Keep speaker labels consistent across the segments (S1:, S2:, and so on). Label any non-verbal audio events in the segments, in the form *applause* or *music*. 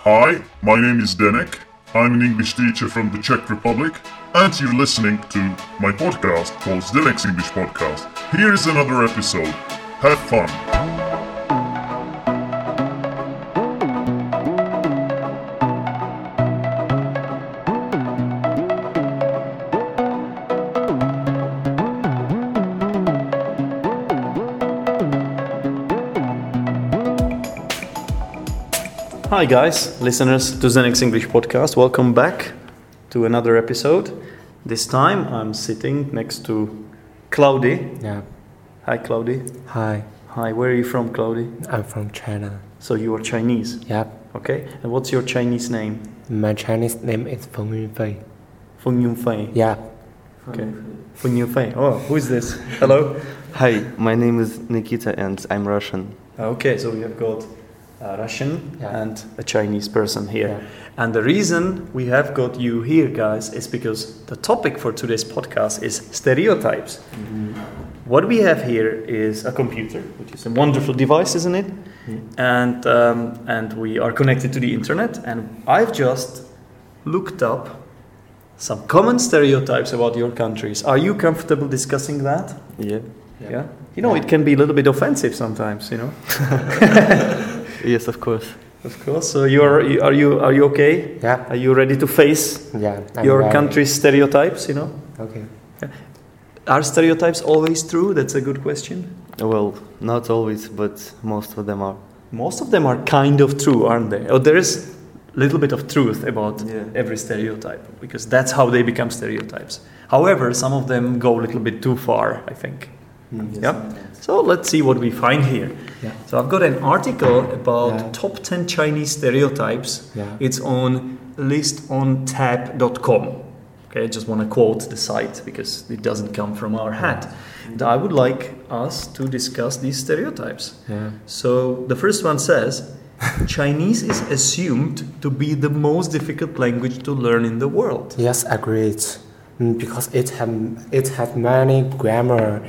S1: Hi, my name is Denek. I'm an English teacher from the Czech Republic, and you're listening to my podcast called Denek's English Podcast. Here is another episode. Have fun.
S2: Hi, guys, listeners to the next English podcast. Welcome back to another episode. This time I'm sitting next to Cloudy.
S3: Yeah.
S2: Hi, Cloudy.
S3: Hi.
S2: Hi, where are you from, Cloudy?
S3: I'm from China.
S2: So you are Chinese,
S3: Yep.
S2: okay? And what's your Chinese name?
S3: My Chinese name is Feng Yunfei.
S2: Feng Yunfei.
S3: Yep.
S2: Okay. Feng Yunfei. Oh, who is this? Hello.
S4: Hi, my name is Nikita and I'm Russian.
S2: Uh, Okay, so we have got a Russian
S3: Yeah.
S2: and a Chinese person here.
S3: Yeah.
S2: And the reason we have got you here, guys, is because the topic for today's podcast is stereotypes. What we have here is a computer, which is a wonderful device, isn't it? And, um, and we are connected to the internet. And I've just looked up some common stereotypes about your countries. Are you comfortable discussing that?
S4: Yeah.
S2: Yeah. You know, it can be a little bit offensive sometimes, you know?
S4: Yes, of course.
S2: Of course. So you are you- are you are you okay?
S3: Yep.
S2: Are you ready to face
S3: Yeah. I'm
S2: your
S3: ready.
S2: country's stereotypes? You know,
S3: Okay.
S2: are stereotypes always true? That's a good question.
S4: Well, not always, but most of them are.
S2: Most of them are kind of true, aren't they? Oh, there is a little bit of truth about
S4: Yeah.
S2: every stereotype because that's how they become stereotypes. However, some of them go a little bit too far, I think.
S4: Mm,
S2: yeah. So let's see what we find here.
S3: Yeah.
S2: So I've got an article about
S3: Yeah.
S2: top 10 Chinese stereotypes.
S3: Yeah.
S2: It's on listontab.com. Okay, I just want to quote the site because it doesn't come from our hat. And I would like us to discuss these stereotypes.
S3: Yeah.
S2: So the first one
S3: *laughs*
S2: says Chinese is assumed to be the most difficult language to learn in the world.
S3: Yes, agreed. Mm, Because it have it has many grammar,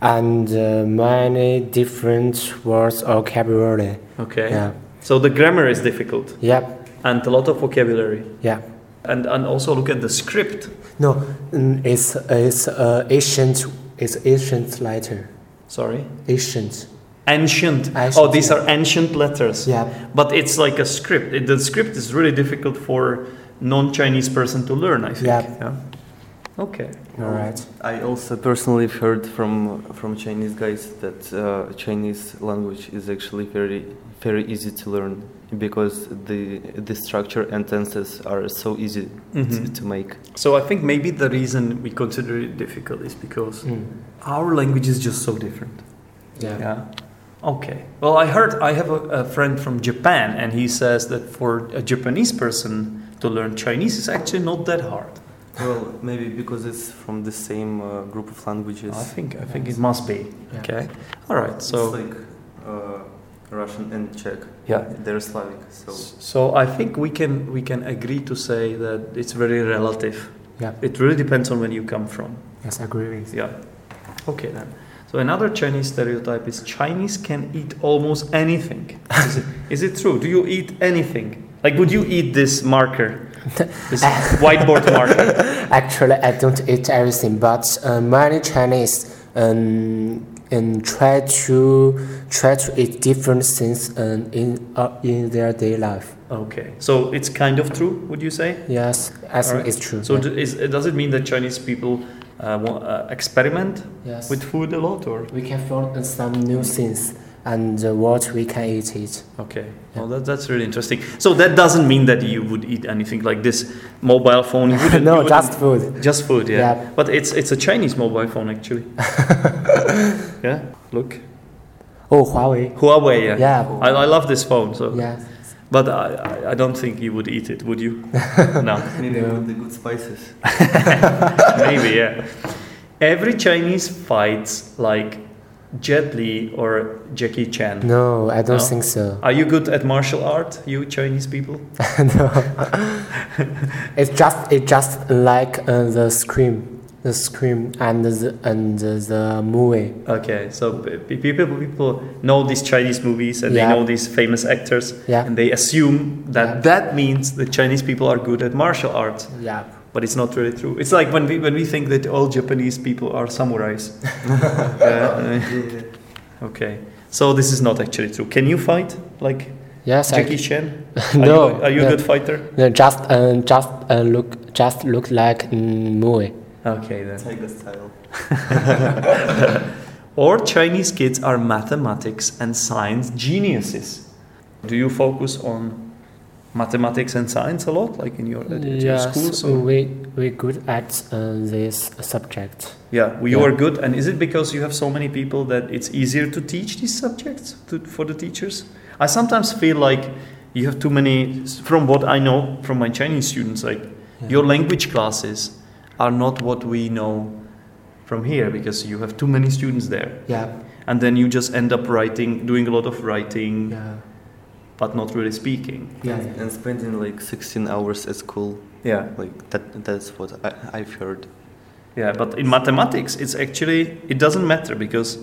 S3: and uh, many different words or vocabulary.
S2: Okay.
S3: Yeah.
S2: So the grammar is difficult
S3: Yep.
S2: and a lot of vocabulary.
S3: Yeah.
S2: And, and also look at the script.
S3: No, mm, it's it's uh, ancient. It's ancient letter.
S2: Sorry.
S3: Ancient.
S2: Ancient.
S3: Ancient,
S2: oh, these
S3: yeah.
S2: are ancient letters.
S3: Yeah.
S2: But it's like a script. It- the script is really difficult for non-Chinese person to learn. I think.
S3: Yeah.
S2: Okay.
S3: All right.
S4: I also personally have heard from from Chinese guys that uh, Chinese language is actually very very easy to learn because the the structure and tenses are so easy to,
S3: Mm-hmm.
S2: Mhm.
S4: to make.
S2: So I think maybe the reason we consider it difficult is because
S3: Mm.
S2: our language is just so different.
S3: Yeah.
S2: Yeah. Okay. Well, I heard I have a, a friend from Japan, and he says that for a Japanese person to learn Chinese is actually not that hard.
S4: Well, maybe because it's from the same uh, group of languages.
S2: I think I think it must be.
S3: Yeah.
S2: Okay. All right. So.
S4: it's like uh, Russian and Czech.
S2: Yeah.
S4: They're Slavic, so
S2: So I think we can we can agree to say that it's very relative.
S3: Yeah.
S2: It really depends on where you come from.
S3: Yes, agree with.
S2: Yeah. Okay then. So another Chinese stereotype is Chinese can eat almost anything. Is
S3: *laughs*
S2: it, is it true? Do you eat anything? Like would you eat this
S3: *laughs*
S2: marker? This whiteboard marker?
S3: Actually, I don't eat everything, but uh, many Chinese um, and try to try to eat different things um, in uh, in their day life.
S2: Okay. So it's kind of true, would you say?
S3: Yes, I think
S2: Alright.
S3: it's true.
S2: So
S3: yeah.
S2: do, is, does it mean that Chinese people uh, wa- uh, experiment
S3: yes,
S2: with food a lot or
S3: we can find some new things and uh, what we can eat it.
S2: Okay.
S3: Yeah.
S2: Well, that, that's really interesting. So that doesn't mean that you would eat anything like this mobile
S3: *laughs*
S2: phone. *laughs* You wouldn't- you
S3: no,
S2: wouldn't-
S3: just food.
S2: just food. Yeah.
S3: Yeah.
S2: But it's it's a Chinese mobile phone
S3: *laughs*
S2: actually. yeah. Look,
S3: Oh, Huawei.
S2: Huawei. Yeah.
S3: Yeah.
S2: I, I love this phone. So,
S3: Yeah.
S2: but I, I- I don't think you would eat it, would
S3: *laughs*
S2: you? no.
S4: maybe
S3: Yeah.
S4: with the good spices.
S2: Maybe. Yeah. Every Chinese fights like Jet Li or Jackie Chan.
S3: No, I don't
S2: No?
S3: think so.
S2: Are you good at martial art, you Chinese people?
S3: no. it's just it's just like uh, the scream. the screen and the and the movie.
S2: Okay, so p- p- people people know these Chinese movies and
S3: Yeah.
S2: they know these famous actors,
S3: Yeah.
S2: and they assume that
S3: Yeah.
S2: that means the Chinese people are good at martial arts,
S3: Yeah.
S2: but it's not really true. It's like when we when we think that all Japanese people are samurais. Uh, okay, so this is not actually true. Can you fight like
S3: Yes.
S2: Jackie
S3: *laughs*
S2: Chan?
S3: I,
S2: Are
S3: no.
S2: you, are you a
S3: no.
S2: good fighter?
S3: No, just uh, just uh, look just look like mm, movie.
S2: Okay then.
S4: Tiger style.
S2: Or Chinese kids are mathematics and science geniuses. Do you focus on mathematics and science a lot, like in your, at your
S3: Yes,
S2: schools? or-
S3: we we good at uh, this subject.
S2: Yeah, well, you
S3: Yeah.
S2: are good. And is it because you have so many people that it's easier to teach these subjects to, for the teachers? I sometimes feel like you have too many, from what I know from my Chinese students, like your language classes are not what we know from here because you have too many students there.
S3: Yeah.
S2: and then you just end up writing doing a lot of writing
S3: Yeah.
S2: but not really speaking
S3: Yeah.
S4: And spending like 16 hours at school,
S2: yeah
S4: like that. That's what I, I've heard.
S2: yeah but in mathematics it's actually it doesn't matter because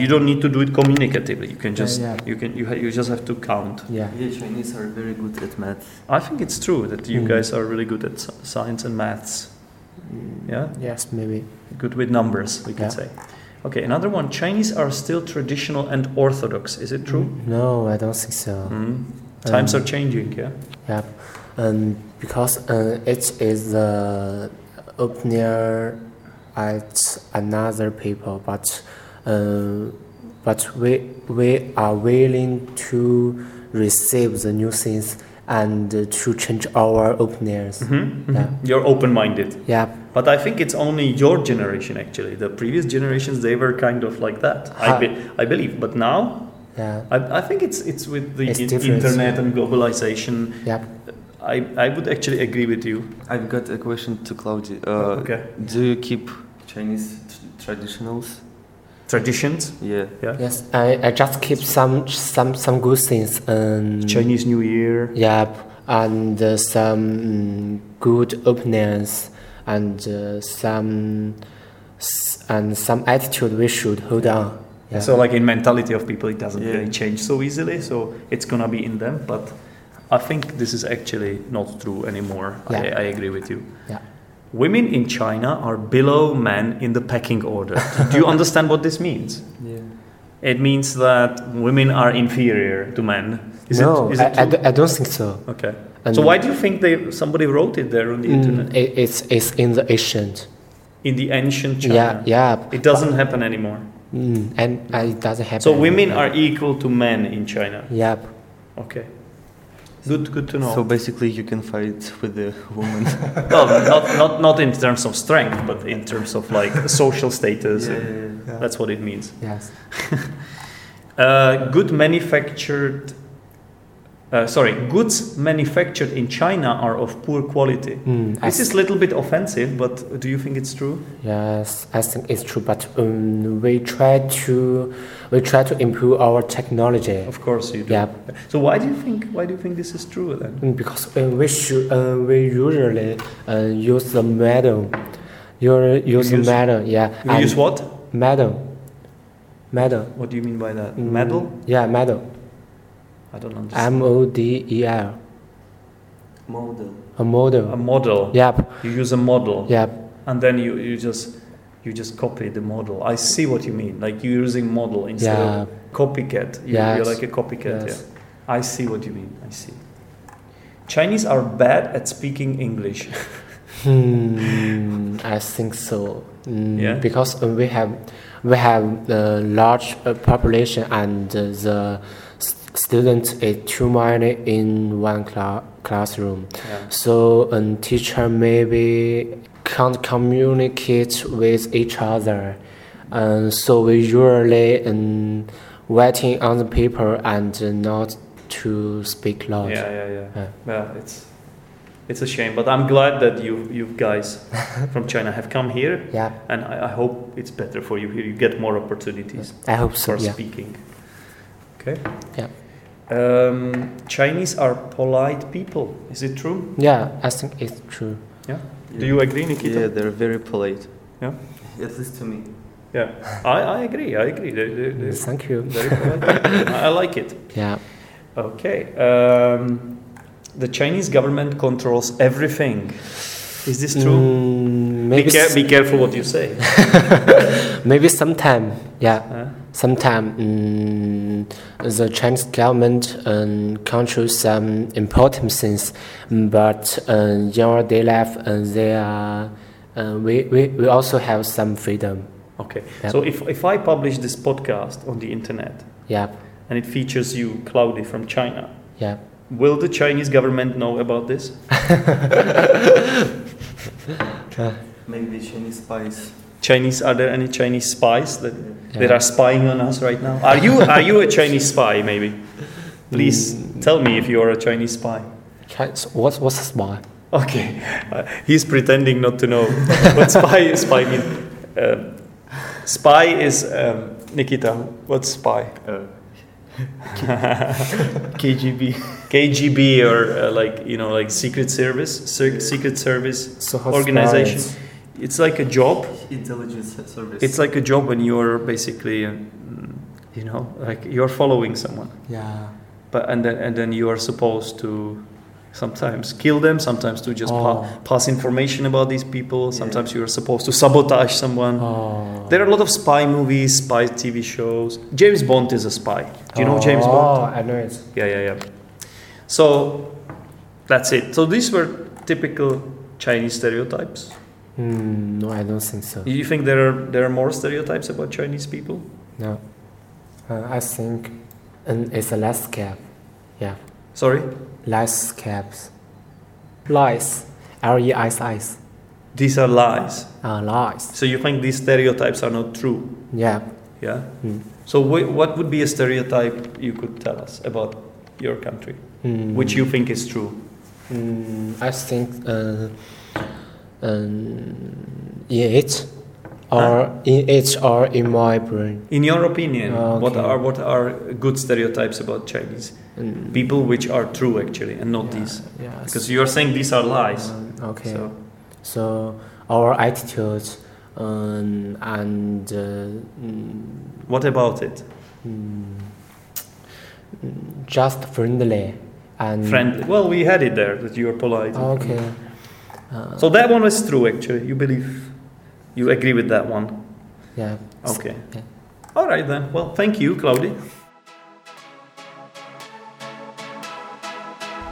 S2: you don't need to do it communicatively you can
S3: Yeah,
S2: just
S3: yeah.
S2: you can you, ha- you just have to count
S3: Yeah.
S4: Yeah, Chinese are very good at math.
S2: i think it's true that you
S3: Mm.
S2: guys are really good at s- science and maths yeah
S3: Yes, maybe.
S2: good with numbers we can
S3: Yeah.
S2: say okay another one chinese are still traditional and orthodox is it true
S3: No, I don't think so.
S2: Mm. times
S3: Hmm. Um,
S2: are changing yeah
S3: Yeah, um, because uh, it is the opener at another people, but uh, but we we are willing to receive the new things and to change our openers.
S2: Mhm, mhm.
S3: Yeah.
S2: you're open-minded
S3: Yeah,
S2: But I think it's only your generation actually. The previous generations they were kind of like that. I,
S3: Ha.
S2: be- I believe, but now
S3: yeah,
S2: I, I think it's it's with the
S3: It's
S2: in-
S3: different.
S2: internet and globalization.
S3: yeah.
S2: I, I would actually agree with you.
S4: I've got a question to Claudia. Uh,
S2: okay.
S4: Do you keep Chinese tr- traditionals?
S2: Traditions,
S4: Yeah.
S2: yeah.
S3: Yes, I, I just keep some some some good things. Um,
S2: Chinese New Year.
S3: Yep, and uh, some mm, good opinions and uh, some s- and some attitude we should hold on. Yeah.
S2: So like in mentality of people, it doesn't
S4: Yeah.
S2: really change so easily. So it's gonna be in them. But I think this is actually not true anymore. I,
S3: Yeah.
S2: I agree with you.
S3: Yeah.
S2: Women in China are below men in the pecking order. Do you understand what this means?
S4: Yeah.
S2: It means that women are inferior to men. Is
S3: no,
S2: it, is
S3: I,
S2: it
S3: I,
S2: true?
S3: do, I don't think so.
S2: okay.
S3: And
S2: so why do you think they somebody wrote it there on the
S3: mm,
S2: internet
S3: it, it's it's in the ancient.
S2: in the ancient China?
S3: Yeah, yeah.
S2: It doesn't happen anymore.
S3: Mm, and uh, it doesn't happen.
S2: So women are equal to men in China.
S3: Yep.
S2: Okay. Good, good to know.
S4: So basically, you can fight with the woman. *laughs*
S2: well, not, not, not in terms of strength, but in terms of like *laughs* social status. That's what it means.
S3: Yes.
S2: Uh, good manufactured, uh, sorry, goods manufactured in China are of poor quality.
S3: Mm, I
S2: This is a little bit offensive, but do you think it's true?
S3: Yes, I think it's true. But um, we try to we try to improve our technology.
S2: Of course you do.
S3: Yep.
S2: So why do you think why do you think this is true then?
S3: Mm, Because uh, we should, uh, we usually uh, use the medal. You use the
S2: use-
S3: medal, yeah.
S2: You use what?
S3: medal. Medal.
S2: What do you mean by that?
S3: Mm,
S2: Medal?
S3: Yeah, medal.
S2: I don't understand.
S3: M O D E L.
S4: Model.
S3: A model.
S2: a model.
S3: yep,
S2: You use a model,
S3: yep,
S2: and then you, you just you just copy the model. I see what you mean. Like you're using model instead
S3: yeah,
S2: of copycat. You,
S3: Yes.
S2: You're like a copycat.
S3: Yes.
S2: Yeah. I see what you mean. I see. Chinese are bad at speaking
S3: *laughs*
S2: English.
S3: Hmm, I think so. Mm,
S2: Yeah?
S3: Because uh, we have we have a large uh, population and uh, the s- student is too many in one cla- classroom.
S2: Yeah.
S3: So a teacher maybe can't communicate with each other, and so we usually um, writing on the paper and not to speak loud.
S2: Yeah, yeah, yeah.
S3: Oh. Yeah.
S2: Well, it's it's a shame, but I'm glad that you you
S3: *laughs*
S2: guys from China have come here,
S3: Yeah,
S2: and I, I hope it's better for you here. You get more opportunities
S3: I hope so.
S2: for
S3: Yeah,
S2: speaking. Okay.
S3: Yeah.
S2: Um, Chinese are polite people. Is it true?
S3: yeah, I think it's true.
S2: Do you agree, Nikita?
S4: Yeah, they're very polite.
S2: Yeah.
S4: At least to me.
S2: Yeah, I, I agree. I agree. They, they, they
S3: Thank you.
S2: very polite. I I like it.
S3: Yeah.
S2: Okay. Um, the Chinese government controls everything. Is this true?
S3: Mm,
S2: be,
S3: maybe,
S2: care-
S3: s-
S2: be careful what you
S3: *laughs*
S2: say.
S3: maybe sometime. Yeah.
S2: Huh?
S3: Sometime mm, the Chinese government um, controls some important things, mm, but um, in our daily life, uh, they are, uh, we, we, we also have some freedom.
S2: Okay.
S3: Yeah.
S2: So if, if I publish this podcast on the internet
S3: Yeah.
S2: and it features you, Cloudy, from China,
S3: Yeah.
S2: will the Chinese government know about this?
S4: Maybe Chinese spies.
S2: Chinese? Are there any Chinese spies that, that
S3: Yeah.
S2: are spying on us right now? Are you are you a Chinese spy? Maybe. Please tell me if you are a Chinese spy.
S3: Chi- What, what's smart?
S2: Okay, Uh, he's pretending not to know what spy spy means. Um, spy is um, Nikita. What's spy? *laughs*
S4: Uh,
S2: KGB. KGB or uh, like you know like secret service, Sec- secret service
S3: So how's
S2: organization.
S3: spies?
S2: It's like a job.
S4: intelligence service.
S2: It's like a job when you're basically, uh, mm, you know, like you're following someone,
S3: Yeah.
S2: but and then and then you are supposed to sometimes kill them, sometimes to just pa-
S3: Oh.
S2: pass information about these people. Sometimes you are supposed to sabotage someone.
S3: Oh.
S2: There are a lot of spy movies, spy TV shows. James Bond is a spy. Do you know James
S3: oh,
S2: Bond?
S3: I know it.
S2: Yeah, yeah, yeah. So that's it. So these were typical Chinese stereotypes.
S3: Mm, no, I don't think so.
S2: You think there are there are more stereotypes about Chinese people?
S3: No. Uh, I think um, it's a less cap. Yeah.
S2: Sorry,
S3: Less caps. Lies. L E I S I S.
S2: these are lies.
S3: Uh, lies.
S2: So you think these stereotypes are not true?
S3: Yeah.
S2: Yeah.
S3: Mm.
S2: So wh- what would be a stereotype you could tell us about your country,
S3: Mm.
S2: which you think is true?
S3: Mm, I think uh, um, in it or in it or in my brain.
S2: In your opinion, what
S3: Ah, Okay.
S2: are what are good stereotypes about Chinese
S3: Mm,
S2: people, which are true actually, and not
S3: yeah,
S2: these?
S3: yes.
S2: Because you are saying these are lies.
S3: Um, okay.
S2: So
S3: So our attitude um, and uh, mm,
S2: what about it?
S3: mm, mm, just friendly and
S2: Friendly. Well, we had it there that you are polite.
S3: Ah, Okay. Uh,
S2: So that one was true actually. You believe, you agree with that one.
S3: yeah.
S2: Okay.
S3: Yeah.
S2: All right then. Well, thank you, Claudia.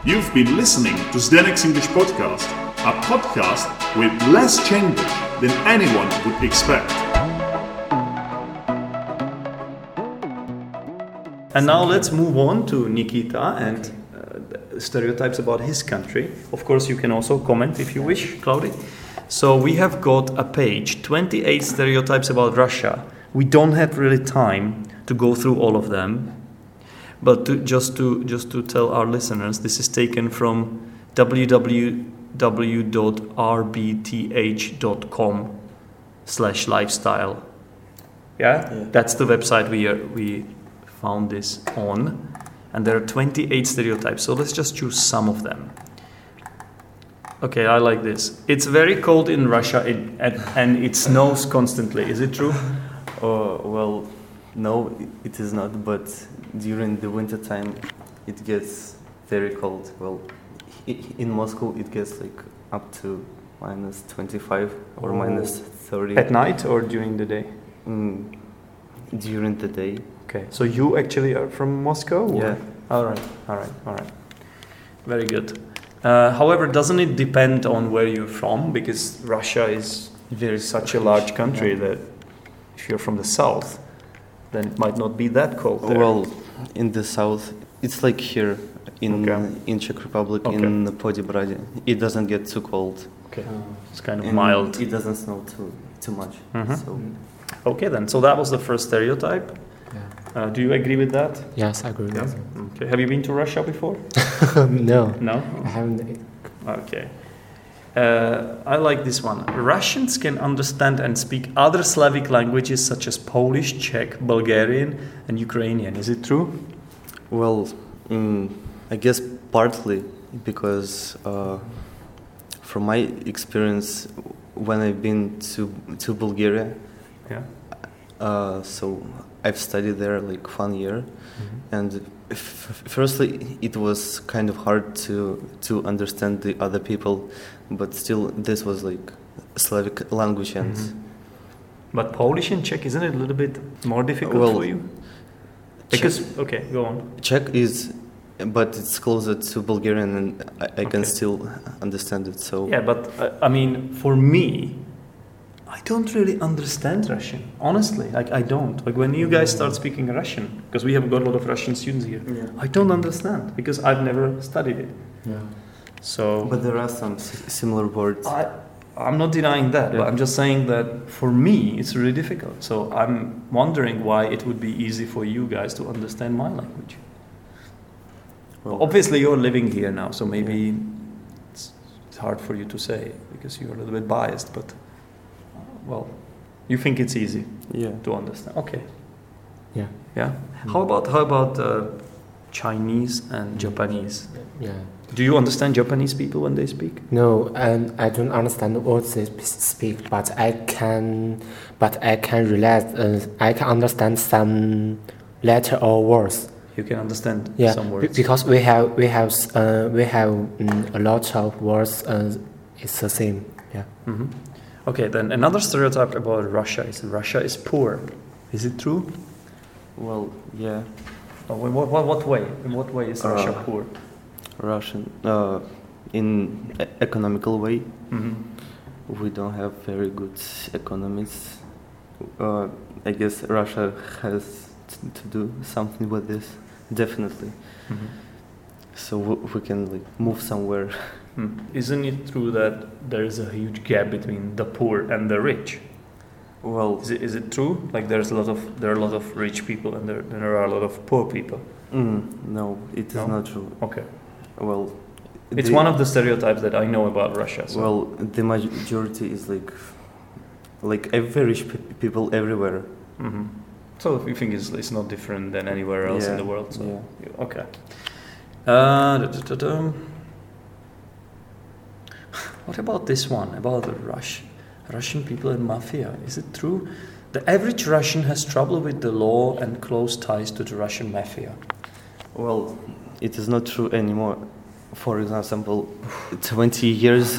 S1: You've been listening to Zdenek's English Podcast, a podcast with less changes than anyone would expect.
S2: And now let's move on to Nikita and uh, the stereotypes about his country. Of course, you can also comment if you wish, Claudia. So we have got a page 28 stereotypes about Russia. We don't have really time to go through all of them, but to, just to just to tell our listeners, this is taken from www.rbth.com slash lifestyle. Yeah?
S4: Yeah.
S2: that's the website we are, we found this on, and there are 28 stereotypes. So let's just choose some of them. Okay, I like this. It's very cold in Russia it, and, and it snows constantly. Is it true?
S4: Oh, well, no, i- it is not, but during the winter time it gets very cold. Well, i- i- in Moscow it gets like up to minus 25 or
S2: Oh.
S4: minus 30
S2: At night or during the day?
S4: Mm, during the day.
S2: Okay, so you actually are from Moscow? or-
S4: Yeah.
S2: All right, all right, all right. Very good. Uh, however, doesn't it depend on where you're from? Because Russia is very such a large country
S4: Yeah.
S2: that if you're from the south, then it might not be that cold. There.
S4: Well, in the south, it's like here in
S2: Okay.
S4: in Czech Republic
S2: Okay.
S4: in Podbrady. It doesn't get too cold.
S2: okay, it's kind of
S4: and
S2: mild.
S4: It doesn't snow too too much.
S2: Mhm.
S4: So
S2: Okay, then. So that was the first stereotype.
S3: Yeah.
S2: Uh, do you agree with that?
S3: Yes, I agree. with
S2: Okay. Have you been to Russia before?
S3: you. *laughs* no,
S2: *laughs* No.
S3: I haven't.
S2: Okay. Uh, I like this one. Russians can understand and speak other Slavic languages such as Polish, Czech, Bulgarian, and Ukrainian. Is it true?
S4: Well, mm, I guess partly because uh, from my experience, when I've been to to Bulgaria,
S2: Yeah.
S4: uh, so I've studied there like one year,
S2: Mm-hmm.
S4: and f- firstly it was kind of hard to to understand the other people, but still this was like Slavic language and
S2: Mhm. But Polish and Czech, isn't it a little bit more difficult
S4: Well,
S2: for you? Because okay, go on.
S4: Czech is, but it's closer to Bulgarian and I,
S2: Okay.
S4: I can still understand it. So
S2: Yeah, but uh, I mean, for me, I don't really understand Russian. Honestly, like I don't. Like when you guys start speaking Russian, because we have got a lot of Russian students here, I don't understand because I've never studied it.
S3: Yeah.
S2: So,
S4: but there are some s- similar words.
S2: I, I'm not denying that,
S4: Yeah.
S2: but I'm just saying that for me it's really difficult. So I'm wondering why it would be easy for you guys to understand my language.
S4: Well-
S2: Obviously, you're living here now, so maybe it's, it's hard for you to say because you're a little bit biased. But well, you think it's easy
S4: yeah.
S2: to understand. Okay.
S3: Yeah. Hmm.
S2: Yeah. How about how about uh, Chinese and Japanese?
S3: Yeah.
S2: Do you understand Japanese people when they speak?
S3: No, and I don't understand what they sp- speak, but I can, but I can realize, uh, I can understand some letter or words.
S2: You can understand
S3: Yeah,
S2: some
S3: be-
S2: words.
S3: because we have we have s- uh, we have mm, a lot of words. Uh, it's the same. Yeah.
S2: hmm Okay, then another stereotype about Russia is Russia is poor. Is it true?
S4: Well, yeah.
S2: Oh, What, what, what way? In what way is
S4: Uh,
S2: Russia poor?
S4: Russian uh, in e- economical way.
S2: hmm
S4: We don't have very good economists. Uh, I guess Russia has t- to do something with this, definitely.
S2: Mm-hmm.
S4: So w- we can like move somewhere.
S2: Isn't it true that there is a huge gap between the poor and the rich?
S4: Well,
S2: Is it, is it true? Like there's a lot of there are a lot of rich people and there, there are a lot of poor people.
S4: mm, no, it is
S2: No?
S4: not true.
S2: Okay,
S4: Well,
S2: it's
S4: the-
S2: one of the stereotypes that I know about Russia. So.
S4: Well, the majority is like, like ev- very rich pe- people everywhere.
S2: hmm so you think it's, it's not different than anywhere else in
S4: Yeah,
S2: the world? So.
S4: Yeah.
S2: Okay. Uh, da, da, da, dum. What about this one? About the Rush, Russian people and mafia? Is it true? The average Russian has trouble with the law and close ties to the Russian mafia.
S4: Well, it is not true anymore. For example, 20 years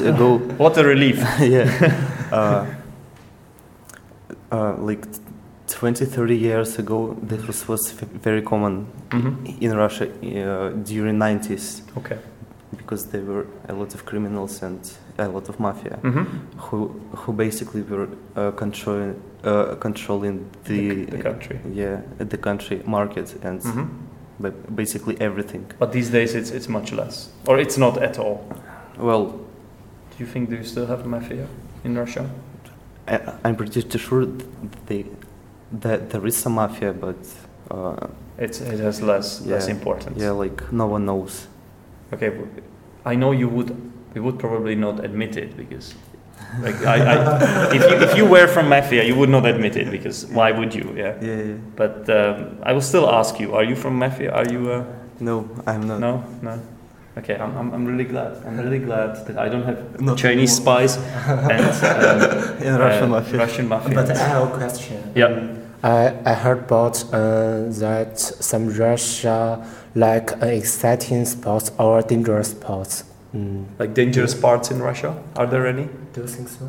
S2: *laughs*
S4: ago, *laughs*
S2: What a relief!
S4: yeah, uh, uh, like 20, 30 years ago, this was, was v- very common
S2: Mm-hmm.
S4: in Russia uh, during 90s
S2: Okay.
S4: because there were a lot of criminals and a lot of mafia
S2: Mm-hmm.
S4: who who basically were uh, controlling uh, controlling the,
S2: the country.
S4: yeah the country market and
S2: Mhm.
S4: ba- basically everything.
S2: But these days it's it's much less, or it's not at all.
S4: Well,
S2: Do you think do you still have mafia in Russia?
S4: I, I'm pretty sure th- they, that there is some mafia, but uh,
S2: It's it has less less
S4: Yeah.
S2: importance.
S4: yeah, like no one knows.
S2: Okay, w- I know you would. You would probably not admit it because, like, I,
S4: *laughs*
S2: I, if, you, if you were from mafia, you would not admit it because why would you? Yeah.
S4: Yeah, yeah.
S2: But um, I will still ask you: Are you from mafia? Are you? Uh,
S4: No, I'm not.
S2: no, no. Okay, I'm, I'm, I'm really glad. I'm really glad that I don't have
S4: Not
S2: Chinese
S4: *laughs*
S2: spies and um,
S4: In Russian
S2: uh,
S4: mafia.
S2: Russian mafia.
S3: I have a question.
S2: yeah.
S3: I, I heard about uh, that some Russia like uh, exciting sports or dangerous sports. Mm.
S2: Like dangerous parts in Russia? Are there any
S3: Do you think so?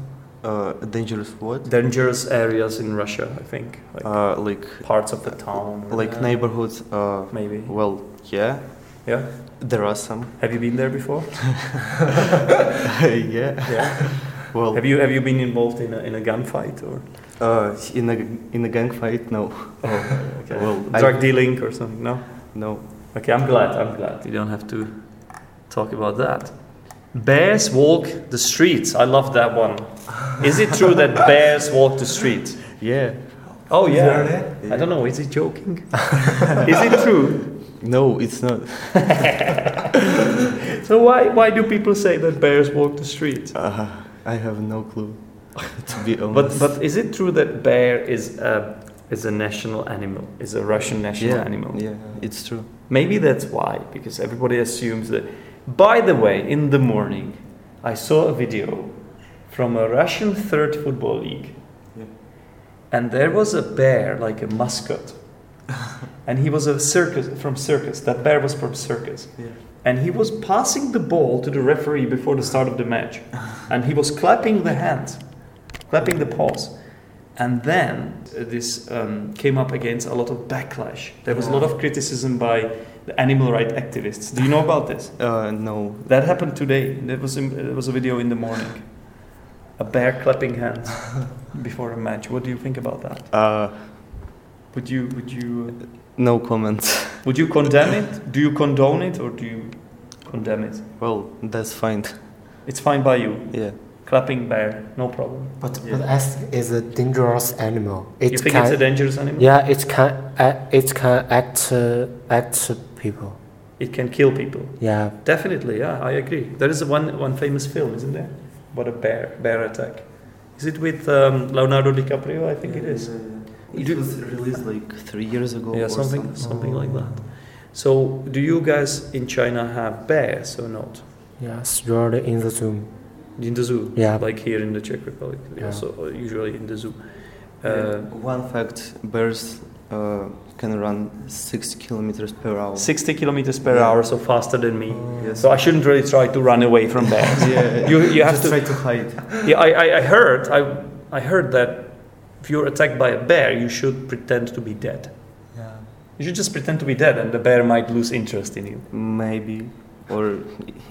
S4: Uh, dangerous what?
S2: dangerous areas in Russia? I think like
S4: Uh, like
S2: parts of the town. or-
S4: like neighborhoods. Uh,
S2: maybe.
S4: well, yeah,
S2: Yeah.
S4: there are some. *laughs*
S2: Have you been there before?
S4: yeah.
S2: Yeah. *laughs*
S4: Well,
S2: have you have you been involved in a, in a gunfight or
S4: uh, in a in a gang fight, no.
S2: Oh, okay.
S4: Well, I-
S2: drug dealing or something? No.
S4: No.
S2: Okay, I'm glad. I'm glad. You don't have to talk about that. Bears walk the streets. I love that one. Is it true
S4: *laughs*
S2: that bears walk the streets?
S4: Yeah.
S2: Oh yeah. I don't know. Is he
S4: *laughs*
S2: joking? is it true?
S4: No, it's not.
S2: So why why do people say that bears walk the streets?
S4: Uh, I have no clue, to be
S2: But
S4: honest.
S2: but is it true that bear is a is a national animal? Is a Russian national
S4: yeah,
S2: animal?
S4: yeah, it's true.
S2: Maybe that's why, because everybody assumes that. By the way, in the morning, I saw a video from a Russian third football league.
S4: Yeah.
S2: And there was a bear, like a
S4: *laughs*
S2: mascot. and he was a circus from circus. That bear was from circus.
S4: Yeah.
S2: And he was passing the ball to the referee before the start of the
S4: *laughs*
S2: match. And he was clapping the hands, clapping the paws. And then uh, this um, came up against a lot of backlash. There was a lot of criticism by the animal rights activists. Do you know about this?
S4: Uh, no.
S2: That happened today. There was a, there was a video in the morning. A bear clapping
S3: *laughs*
S2: hands before a match. What do you think about that?
S4: Uh,
S2: Would you would you
S4: no comments. *laughs*
S2: uh, would you condemn it? Do you condone it or do you condemn it?
S4: Well, that's fine.
S2: It's fine by you.
S4: Yeah.
S2: Clapping bear, no problem.
S3: But
S2: Yeah.
S3: but S is a dangerous animal. It
S2: you think
S3: can
S2: it's a dangerous animal?
S3: yeah, it can act, it can act uh, act people.
S2: It can kill people.
S3: Yeah,
S2: Definitely, yeah, I agree. There is one one famous film, isn't there? About a bear, bear attack. Is it with um, Leonardo DiCaprio? I think it is.
S4: Uh, It
S2: Do-
S4: was released like three years ago.
S2: Yeah,
S4: or
S2: something something like that. So, do you guys in China have bears or not
S3: yeah, stored in the zoom.
S2: in the zoo?
S3: Yeah.
S2: Like here in the Czech Republic, they
S3: Yeah.
S2: also usually in the zoo. Uh,
S4: Uh, one fact: bears uh, can run six kilometers per hour.
S2: 60 kilometers per
S4: Yeah.
S2: hour, so faster than me.
S3: Oh,
S4: Yes.
S2: So I shouldn't really try to run away from bears.
S4: *laughs* yeah.
S2: *laughs* You- you have
S4: just
S2: to-
S4: try to hide.
S2: yeah, I, I, I heard I I heard that if you're attacked by a bear, you should pretend to be dead.
S4: Yeah.
S2: You should just pretend to be dead, and the bear might lose interest in you.
S4: Maybe, or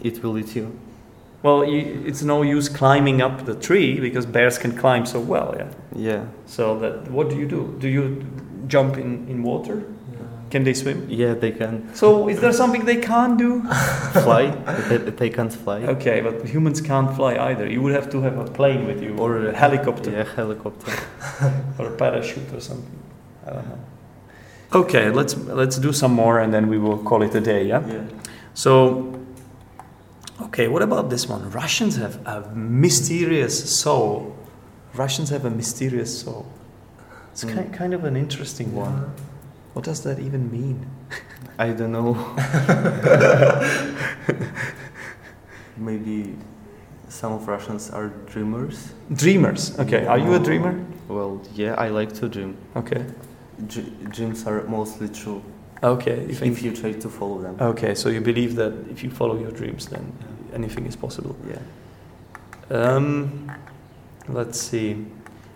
S4: it will eat you.
S2: Well, you, it's no use climbing up the tree because bears can climb so well. Yeah.
S4: Yeah.
S2: So that what do you do? Do you jump in, in water? Can they swim?
S4: Yeah, they
S2: *laughs*
S4: can
S2: So is there something they can't do?
S4: fly. they, they can't fly.
S2: Okay, but humans can't fly either. You would have to have a plane with you or a helicopter
S4: Yeah, helicopter.
S2: or a parachute or something. I don't know. Okay, let's let's do some more and then we will call it a day, yeah?
S4: Yeah.
S2: So okay, what about this one? Russians have a mysterious soul. Russians have a mysterious soul. It's
S4: Mm.
S2: kind, kind of an interesting one. What does that even mean?
S4: I don't *laughs* know. Maybe some of Russians are dreamers.
S2: Dreamers. Okay. Are you a dreamer?
S4: Well, yeah, I like to dream.
S2: Okay.
S4: Dr- dreams are mostly true
S2: Okay. You
S4: if
S2: think,
S4: you Uh, try to follow them.
S2: okay. So you believe that if you follow your dreams, then anything is possible.
S4: Yeah.
S2: Um, let's see.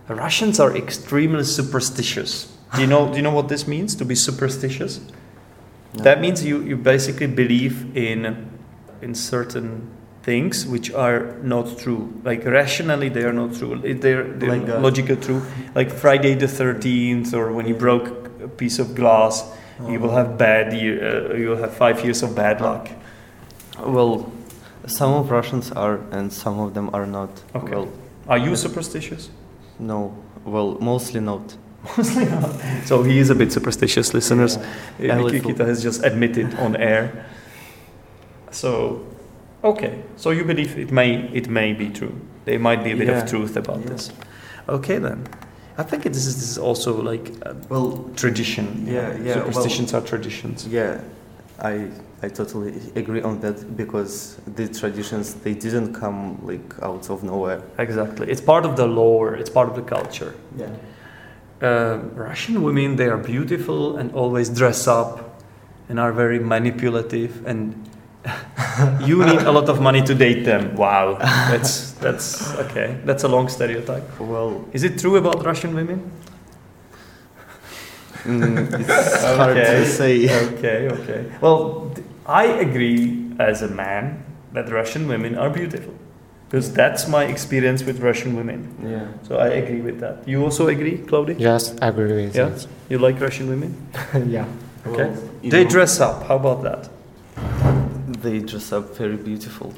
S2: Russians are extremely superstitious. Do you know? Do you know what this means to be superstitious?
S4: No.
S2: That means you, you basically believe in in certain things which are not true. Like rationally, they are not true. It- They're, they're
S4: Like, uh,
S2: logical true. Like Friday the Thirteenth, or when you broke a piece of glass,
S4: Uh,
S2: you will have bad. ye- Uh, you will have five years of bad luck.
S4: Well, some of Russians are and some of them are not.
S2: Okay.
S4: Well,
S2: Are you superstitious?
S4: no. Well, mostly not.
S2: Mostly not. So he is a bit superstitious, listeners.
S4: Yeah.
S2: Uh,
S4: A
S2: Miki
S4: little.
S2: Kita has just admitted on air. So, okay. So you believe it may it may be true. There might be a bit
S4: Yeah.
S2: of truth about
S4: Yeah.
S2: this. Okay then. I think this is, this is also like a
S4: Well,
S2: tradition. you
S4: Yeah,
S2: know.
S4: yeah, well-
S2: Superstitions are traditions.
S4: yeah, I I totally agree on that because the traditions they didn't come like out of nowhere.
S2: Exactly. It's part of the lore. It's part of the culture.
S4: Yeah.
S2: Uh, Russian women, they are beautiful and always dress up and are very manipulative and *laughs* you need a lot of money to date them. Wow. That's that's okay. That's a long stereotype.
S4: Well,
S2: Is it true about Russian women?
S4: mm,
S2: *laughs*
S4: it's hard
S2: Okay.
S4: to say.
S2: Okay, okay. Well, th- I agree as a man that Russian women are beautiful. Because that's my experience with Russian women.
S4: Yeah.
S2: So I agree with that. You also agree, Claudia?
S3: Yes, I agree with
S2: Yeah.
S3: it.
S2: You like Russian women?
S3: *laughs* yeah.
S2: Okay.
S4: Well, you
S2: They
S4: know,
S2: dress up. How about that?
S4: They dress up very beautiful.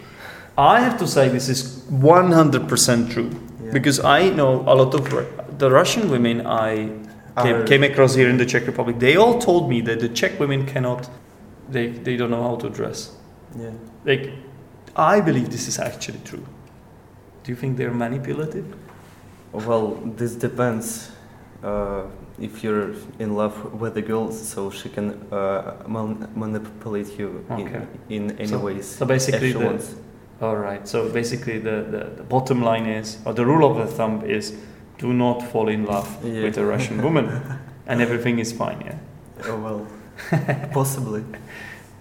S2: I have to say this is 100% true
S4: Yeah.
S2: because I know a lot of Ru- the Russian women I came,
S4: Are-
S2: came across here in the Czech Republic. They all told me that the Czech women cannot, they, they don't know how to dress.
S4: Yeah.
S2: Like, I believe this is actually true. Do you think they're manipulative?
S4: Well, this depends. Uh, if you're in love with a girl, so she can uh, man- manipulate you
S2: Okay.
S4: in, in any
S2: So-
S4: ways.
S2: So basically,
S4: if she
S2: the,
S4: wants.
S2: All right. So basically, the, the, the bottom line is, or the rule of the thumb is, do not fall in love
S4: Yeah.
S2: with a Russian
S4: *laughs*
S2: woman, and everything is fine. Yeah.
S4: Oh, well,
S2: *laughs*
S4: possibly.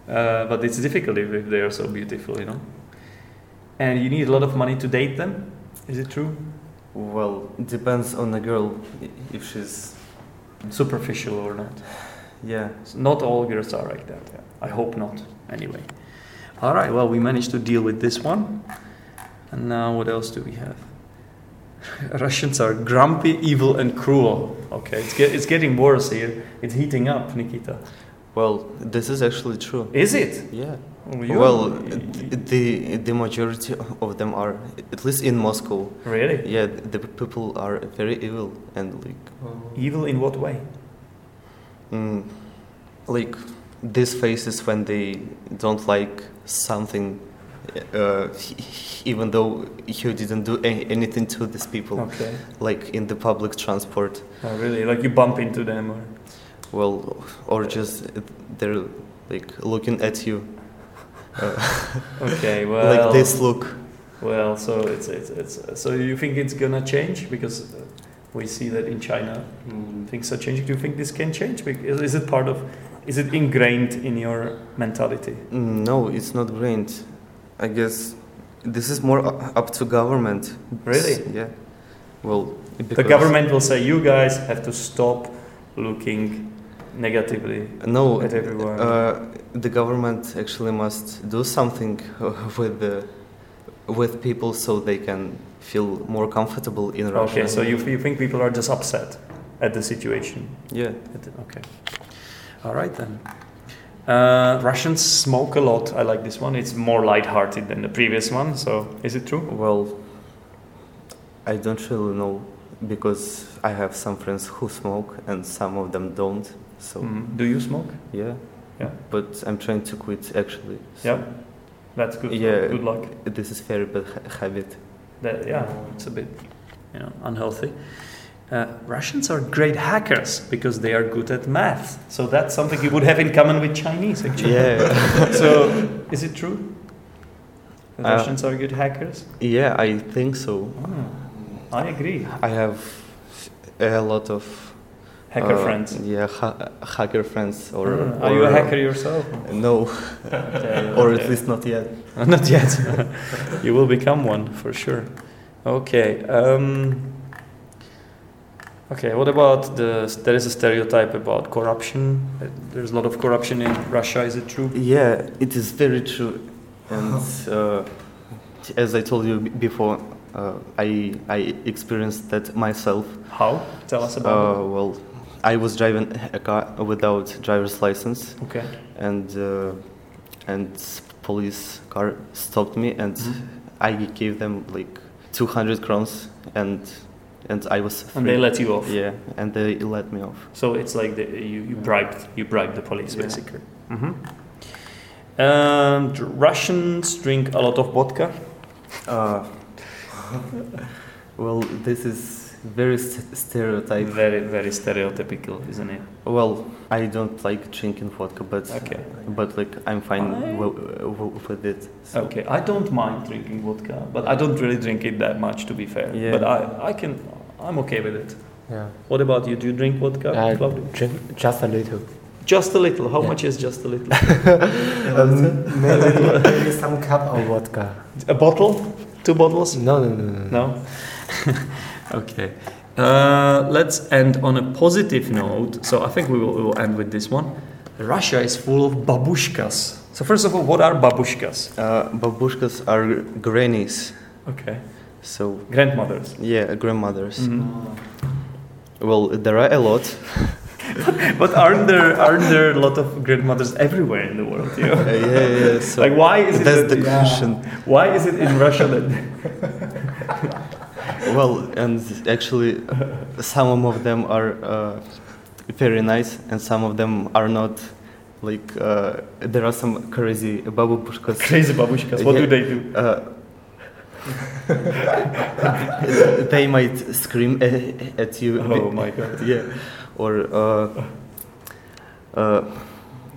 S2: Uh, but it's difficult if, if they are so beautiful, you know. And you need a lot of money to date them. Is it true?
S4: Well, depends on the girl i- if she's
S2: Superficial or not?
S4: yeah.
S2: Not all girls are like that. yeah. I hope not. Anyway. All right. Well, we managed to deal with this one. And now, what else do we have? *laughs* Russians are grumpy, evil, and cruel. Okay, it's, get, it's getting worse here. It's heating up, Nikita.
S4: Well, this is actually true.
S2: Is it?
S4: Yeah.
S2: You-
S4: Well, the the majority of them are at least in Moscow.
S2: really
S4: Yeah, the people are very evil and like
S2: evil in what way?
S4: mm, like these faces when they don't like something, uh, even though you didn't do a- anything to these people,
S2: Okay.
S4: like in the public transport.
S2: Oh, really? Like you bump into them, or
S4: Well, or just they're like looking at you,
S2: okay? Well,
S4: like this look.
S2: Well, so it's, it's it's so you think it's gonna change because uh, we see that in China mm, things are changing. Do you think this can change? Bec- Is, is it part of? Is it ingrained in your mentality?
S4: Mm, No, it's not grained. I guess this is more u- up to government.
S2: Really?
S4: Yeah. Well,
S2: the
S4: because-
S2: government will say you guys have to stop looking negatively
S4: No,
S2: at everyone.
S4: uh, the government actually must do something *laughs* with the with people so they can feel more comfortable in Russia.
S2: okay, so you, you think people are just upset at the situation?
S4: yeah.
S2: At- Okay. All right then. Uh, Russians smoke a lot. I like this one. It's more lighthearted than the previous one. So is it true?
S4: Well, I don't really know because I have some friends who smoke and some of them don't. So
S2: Mm. Do you smoke?
S4: yeah.
S2: Yeah.
S4: But I'm trying to quit actually. So
S2: Yeah. That's good.
S4: Yeah.
S2: Good luck.
S4: This is very
S2: *laughs*
S4: bad ha- habit.
S2: That, yeah, it's a bit, you know, unhealthy. Uh, Russians are great hackers because they are good at math. So that's something you would have in common with Chinese, actually.
S4: Yeah.
S2: So is it true? that
S4: Uh,
S2: Russians are good hackers.
S4: yeah, I think so.
S2: Hmm. I agree.
S4: I have a lot of
S2: Hacker
S4: uh,
S2: friends.
S4: Yeah, ha- hacker friends. Or,
S2: Hmm. are you a
S4: or-
S2: hacker yourself?
S4: No,
S2: Okay,
S4: or
S2: okay.
S4: at least not yet.
S2: *laughs* Not yet. *laughs* you will become one for sure. Okay. Um, okay. What about the? There is a stereotype about corruption. Uh, There's a lot of corruption in Russia. Is it true?
S4: Yeah, it is very true. And
S2: Uh-huh.
S4: uh, as I told you b- before, uh, I I experienced that myself.
S2: How? Tell us about
S4: Uh, well, I was driving a car without driver's license.
S2: it. Okay.
S4: and uh, and s- police car stopped me and
S2: Mm-hmm.
S4: I gave them like 200 crowns and and I was free.
S2: And they let you off.
S4: yeah and they let me off
S2: So it's like the, you, you bribed you bribed the police
S4: Yeah.
S2: basically. hmm Um, dr- Russians drink a lot of vodka.
S4: uh, well this is very st- stereotype
S2: Very very stereotypical, isn't it?
S4: well I don't like drinking vodka but
S2: Okay.
S4: but like I'm fine
S2: I-
S4: wi- wi- with it so
S2: Okay, I don't mind drinking vodka, but I don't really drink it that much, to be fair.
S4: Yeah.
S2: But I, I can, I'm okay with it.
S3: Yeah.
S2: What about you? Do you drink vodka?
S3: I
S2: Claudio?
S3: drink just a
S2: *laughs*
S3: little.
S2: Just a little. How
S3: Yeah.
S2: much is just a little?
S3: Um, maybe, maybe some cup of vodka.
S2: *laughs* a bottle? Two bottles?
S3: No, no, no, no.
S2: No. *laughs* okay. Uh, let's end on a positive note. So I think we will, we will end with this one. Russia is full of babushkas. So first of all, what are babushkas?
S4: uh, babushkas are grannies
S2: Okay.
S4: so
S2: Grandmothers.
S4: yeah grandmothers
S2: Mhm.
S4: well there are a lot
S2: *laughs* But aren't there aren't there a lot of grandmothers everywhere in the world? You know?
S4: Uh, yeah, yeah. So
S2: like why is it that-
S4: that's the question.
S2: *laughs* Why is it in Russia that *laughs*
S4: Well, and actually, some of them are uh, very nice, and some of them are not. Like uh, there are some crazy babushkas.
S2: crazy babushkas? What do
S4: Yeah.
S2: they do?
S4: Uh, *laughs* they might scream at, at you.
S2: Oh my god!
S4: Yeah, or uh, uh,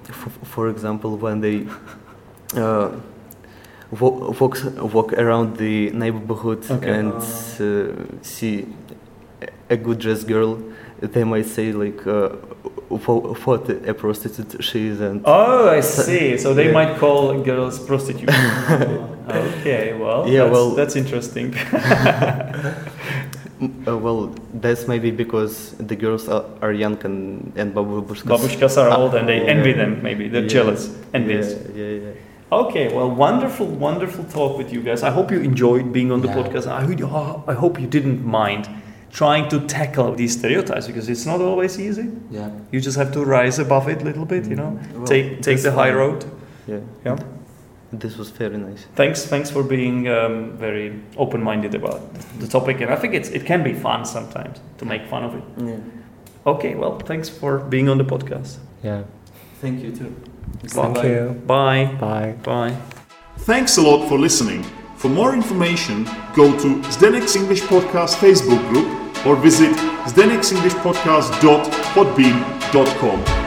S4: f- for example, when they uh, walk walk, walk around the neighborhood
S2: Okay.
S4: and uh, see a good dressed girl, they might say like, uh, "Wha- "What a prostitute she is," and
S2: Oh, I
S4: So-
S2: see. So they
S4: yeah.
S2: might call girls
S4: *laughs*
S2: prostitutes. okay, well,
S4: Yeah,
S2: that's,
S4: well-
S2: that's interesting.
S4: Uh, well, that's maybe because the girls are, are young and and babushkas.
S2: Babushkas are old and they
S4: Yeah.
S2: envy them, maybe. They're
S4: uh, Yeah.
S2: jealous, envious.
S4: Yeah, yeah, yeah.
S2: Okay, well, wonderful, wonderful talk with you guys. I hope you enjoyed being on the
S3: Yeah.
S2: podcast. I, hope you- I hope you didn't mind trying to tackle these stereotypes because it's not always easy.
S3: Yeah.
S2: You just have to rise above it a little bit, you know.
S4: Mm. Well,
S2: take take
S4: this
S2: the high
S4: one-
S2: road.
S4: Yeah.
S2: Yeah.
S4: This was very nice.
S2: Thanks, thanks for being um, very open-minded about the topic, and I think it's it can be fun sometimes to make fun of it.
S4: Yeah.
S2: Okay, well, thanks for being on the podcast.
S3: Yeah.
S4: Thank you too.
S2: Thank
S4: Bye-bye.
S2: Bye.
S3: Bye.
S2: Bye.
S1: Thanks a lot for listening. For more information, go to Zdenek's English Podcast Facebook group or visit zdenek'senglishpodcast.podbean.com.